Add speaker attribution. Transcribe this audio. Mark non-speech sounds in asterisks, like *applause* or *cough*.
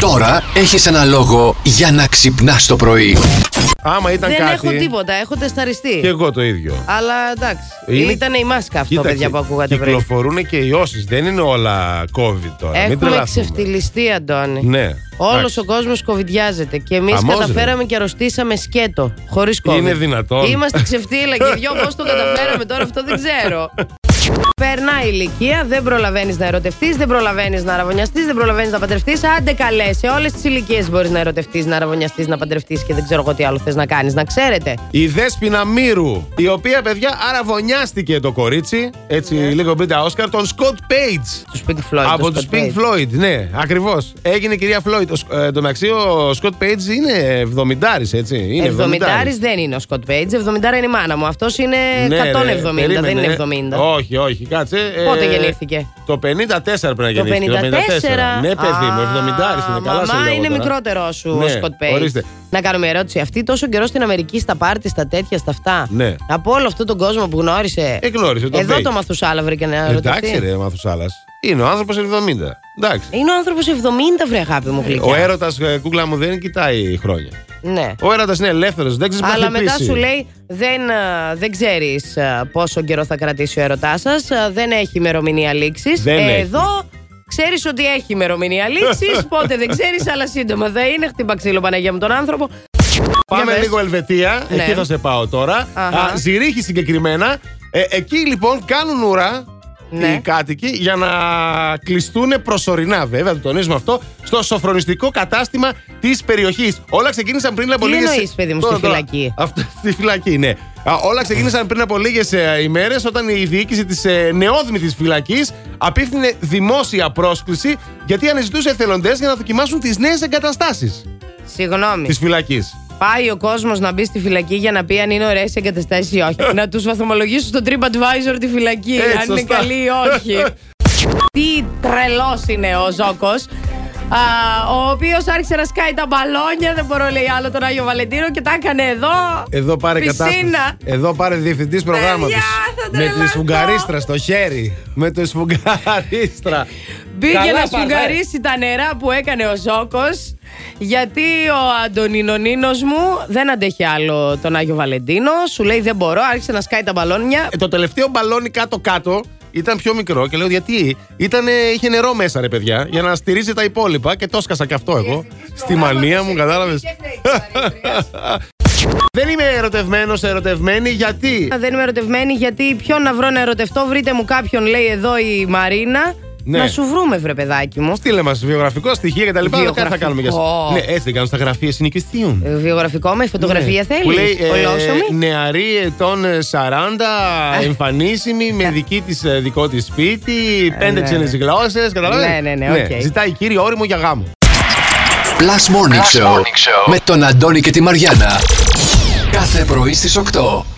Speaker 1: Τώρα έχεις ένα λόγο για να ξυπνάς το πρωί.
Speaker 2: Άμα ήταν
Speaker 3: Δεν
Speaker 2: κάτι.
Speaker 3: έχω τίποτα, έχω τεσταριστεί.
Speaker 2: Και εγώ το ίδιο.
Speaker 3: Αλλά εντάξει.
Speaker 2: Είναι-
Speaker 3: Ήταν η μάσκα αυτό,
Speaker 2: Κοίταξε,
Speaker 3: παιδιά, που ακούγατε πριν.
Speaker 2: Κυκλοφορούν και οι όσεις. Δεν είναι όλα COVID τώρα. Μην
Speaker 3: Έχουμε
Speaker 2: τρελαθούμε.
Speaker 3: ξεφτυλιστεί, Αντώνη.
Speaker 2: Ναι.
Speaker 3: Όλος
Speaker 2: Εντάξει.
Speaker 3: ο κόσμος κοβιδιάζεται. Και εμείς
Speaker 2: Χαμός, ρε.
Speaker 3: καταφέραμε και αρρωστήσαμε σκέτο. Χωρίς κόμμα.
Speaker 2: Είναι δυνατόν.
Speaker 3: Είμαστε ξεφτύλα και δυο πώ το καταφέραμε τώρα, αυτό δεν ξέρω.
Speaker 2: *laughs*
Speaker 3: Περνάει η ηλικία, δεν προλαβαίνεις να ερωτευτείς, δεν προλαβαίνεις να αραβωνιαστείς, δεν προλαβαίνεις να παντρευτείς. Άντε καλέ, σε όλες τις ηλικίες μπορείς να ερωτευτείς, να αραβωνιαστείς, να παντρευτείς και δεν ξέρω εγώ τι άλλο θες να κάνεις. Να ξέρετε.
Speaker 2: Η Δέσποινα Μύρου, η οποία παιδιά αραβωνιάστηκε το κορίτσι, έτσι λίγο πριν τα Όσκαρ, τον Σκοτ Πέιτ.
Speaker 3: Τους Pink Floyd.
Speaker 2: Από
Speaker 3: τους
Speaker 2: τους
Speaker 3: Ναι. Scott
Speaker 2: Pink
Speaker 3: Page.
Speaker 2: Floyd, ναι, ακριβώς. Έγινε η κυρία Floyd. Ο, Σκ- ε, το μεταξύ, ο Σκοτ Πέιτ είναι 70 έτσι. Είναι
Speaker 3: 70 δεν είναι ο Σκοτ Πέιτ, 70 είναι η μάνα μου. Αυτός είναι 170, Ε, δεν
Speaker 2: Ναι, περίμενε. ναι.
Speaker 3: είναι 70.
Speaker 2: Όχι, όχι, κάτσε. ε,
Speaker 3: Πότε γεννήθηκε?
Speaker 2: Το 54 πρέπει να
Speaker 3: Το 54.
Speaker 2: γεννήθηκε. Ναι, παιδί μου, 70 είναι καλά. σε
Speaker 3: Μαμά
Speaker 2: λέω
Speaker 3: είναι
Speaker 2: τώρα.
Speaker 3: μικρότερο σου
Speaker 2: Ναι,
Speaker 3: ο Σκοτ Πέιτ.
Speaker 2: ορίστε.
Speaker 3: Να κάνουμε ερώτηση. Αυτή τόσο καιρό στην Αμερική, στα πάρτι, στα τέτοια, στα αυτά.
Speaker 2: Ναι.
Speaker 3: Από όλο αυτόν τον κόσμο που γνώρισε.
Speaker 2: Ε, γνώρισε τον
Speaker 3: Εδώ
Speaker 2: Page.
Speaker 3: το μαθουσάλα βρήκε να ρωτήσει.
Speaker 2: Εντάξει, ρε, μαθουσάλας. Είναι ο άνθρωπος 70. Εντάξει.
Speaker 3: Είναι ο άνθρωπος 70, βρε αγάπη μου γλυκιά.
Speaker 2: Ο έρωτας, κούκλα μου, δεν κοιτάει χρόνια.
Speaker 3: Ναι.
Speaker 2: Ο έρωτα είναι ελεύθερος, δεν ξέρει
Speaker 3: Αλλά μετά σου λέει δεν, α, δεν ξέρεις πόσο καιρό θα κρατήσει ο έρωτάς σας. Δεν έχει ημερομηνία λήξης.
Speaker 2: Δεν έχει.
Speaker 3: Εδώ ξέρεις ότι έχει ημερομηνία
Speaker 2: *laughs*
Speaker 3: λήξης. πότε δεν ξέρεις, αλλά σύντομα θα είναι. Χτύπα ξύλο Παναγία μου τον άνθρωπο. Για
Speaker 2: Πάμε
Speaker 3: πες.
Speaker 2: λίγο Ελβετία,
Speaker 3: Ναι.
Speaker 2: εκεί θα σε πάω τώρα.
Speaker 3: Αχα.
Speaker 2: Α, Ζηρίχη συγκεκριμένα. Ε, εκεί λοιπόν κάνουν ουρά
Speaker 3: Ναι.
Speaker 2: οι κάτοικοι για να κλειστούν προσωρινά, βέβαια, το τονίζουμε αυτό, στο σοφρονιστικό κατάστημα της περιοχής. Όλα ξεκίνησαν πριν από
Speaker 3: Τι
Speaker 2: λίγες.
Speaker 3: εννοείς, παιδί μου, στη φυλακή?
Speaker 2: Αυτό, στη φυλακή, ναι. Α, όλα ξεκίνησαν πριν από λίγες ημέρες όταν η διοίκηση της ε, νεόδμητη φυλακής απίφθινε δημόσια πρόσκληση γιατί αναζητούσε εθελοντές για να δοκιμάσουν τις νέες εγκαταστάσεις
Speaker 3: Ναι. Συγγνώμη.
Speaker 2: της φυλακής.
Speaker 3: Πάει ο κόσμος να μπει στη φυλακή για να πει αν είναι ωραίες οι εγκαταστάσεις ή
Speaker 2: *laughs*
Speaker 3: όχι. να τους βαθμολογήσουν στο TripAdvisor τη φυλακή,
Speaker 2: Ε,
Speaker 3: αν είναι
Speaker 2: σωστά.
Speaker 3: καλή ή όχι.
Speaker 2: *laughs*
Speaker 3: Τι τρελός είναι ο Ζόκο. Ο οποίος άρχισε να σκάει τα μπαλόνια, δεν μπορώ λέει άλλο τον Άγιο Βαλεντίνο και τα έκανε εδώ.
Speaker 2: Εδώ πάρε
Speaker 3: Πισίνα.
Speaker 2: κατάσταση. Εδώ πάρε διευθυντής προγράμματος.
Speaker 3: θα
Speaker 2: Με τη
Speaker 3: τρελαθώ.
Speaker 2: σφουγγαρίστρα στο χέρι. Με τη σφουγγαρίστρα.
Speaker 3: Μπήκε
Speaker 2: Καλά
Speaker 3: να
Speaker 2: πας, ε.
Speaker 3: σφουγγαρίσει τα νερά που έκανε ο Ζόκο. Γιατί ο Αντωνινονίνο μου δεν αντέχει άλλο τον Άγιο Βαλεντίνο. Σου λέει δεν μπορώ, άρχισε να σκάει τα μπαλόνια.
Speaker 2: Ε, Το τελευταίο μπαλόνι κάτω-κάτω ήταν πιο μικρό και λέω γιατί ήταν, ε, είχε νερό μέσα ρε παιδιά για να στηρίζει τα υπόλοιπα και το σκασα κι αυτό εγώ. Στη μανία μου,
Speaker 3: *laughs*
Speaker 2: κατάλαβες. Δεν είμαι ερωτευμένος, ερωτευμένη γιατί.
Speaker 3: Α, Δεν είμαι ερωτευμένη γιατί ποιον να βρω να ερωτευτώ. Βρείτε μου κάποιον, λέει εδώ η Μαρίνα.
Speaker 2: Ναι.
Speaker 3: Να σου βρούμε, βρε παιδάκι μου.
Speaker 2: Στείλε μας βιογραφικό, στοιχεία κτλ. Κάτι θα
Speaker 3: Βιογραφικό.
Speaker 2: κάνουμε για σας. Ναι, έτσι δεν κάνουν στα γραφεία συνοικιστίων.
Speaker 3: Ε, Βιογραφικό με φωτογραφία
Speaker 2: Ναι.
Speaker 3: θέλεις.
Speaker 2: Που λέει, ε,
Speaker 3: Ολόσωμη.
Speaker 2: νεαρή ετών ε,
Speaker 3: *laughs*
Speaker 2: 40, εμφανίσιμη, με δική της, ε, δικό της σπίτι, πέντε
Speaker 3: ναι,
Speaker 2: ξένες
Speaker 3: ναι.
Speaker 2: γλώσσες, καταλαβαίνεις.
Speaker 3: Ναι, ναι, ναι, οκ.
Speaker 2: Ζητάει κύριο όριμο για γάμο.
Speaker 1: Plus Morning, Show, με τον Αντώνη και τη Μαριάνα. Κάθε πρωί στις 8.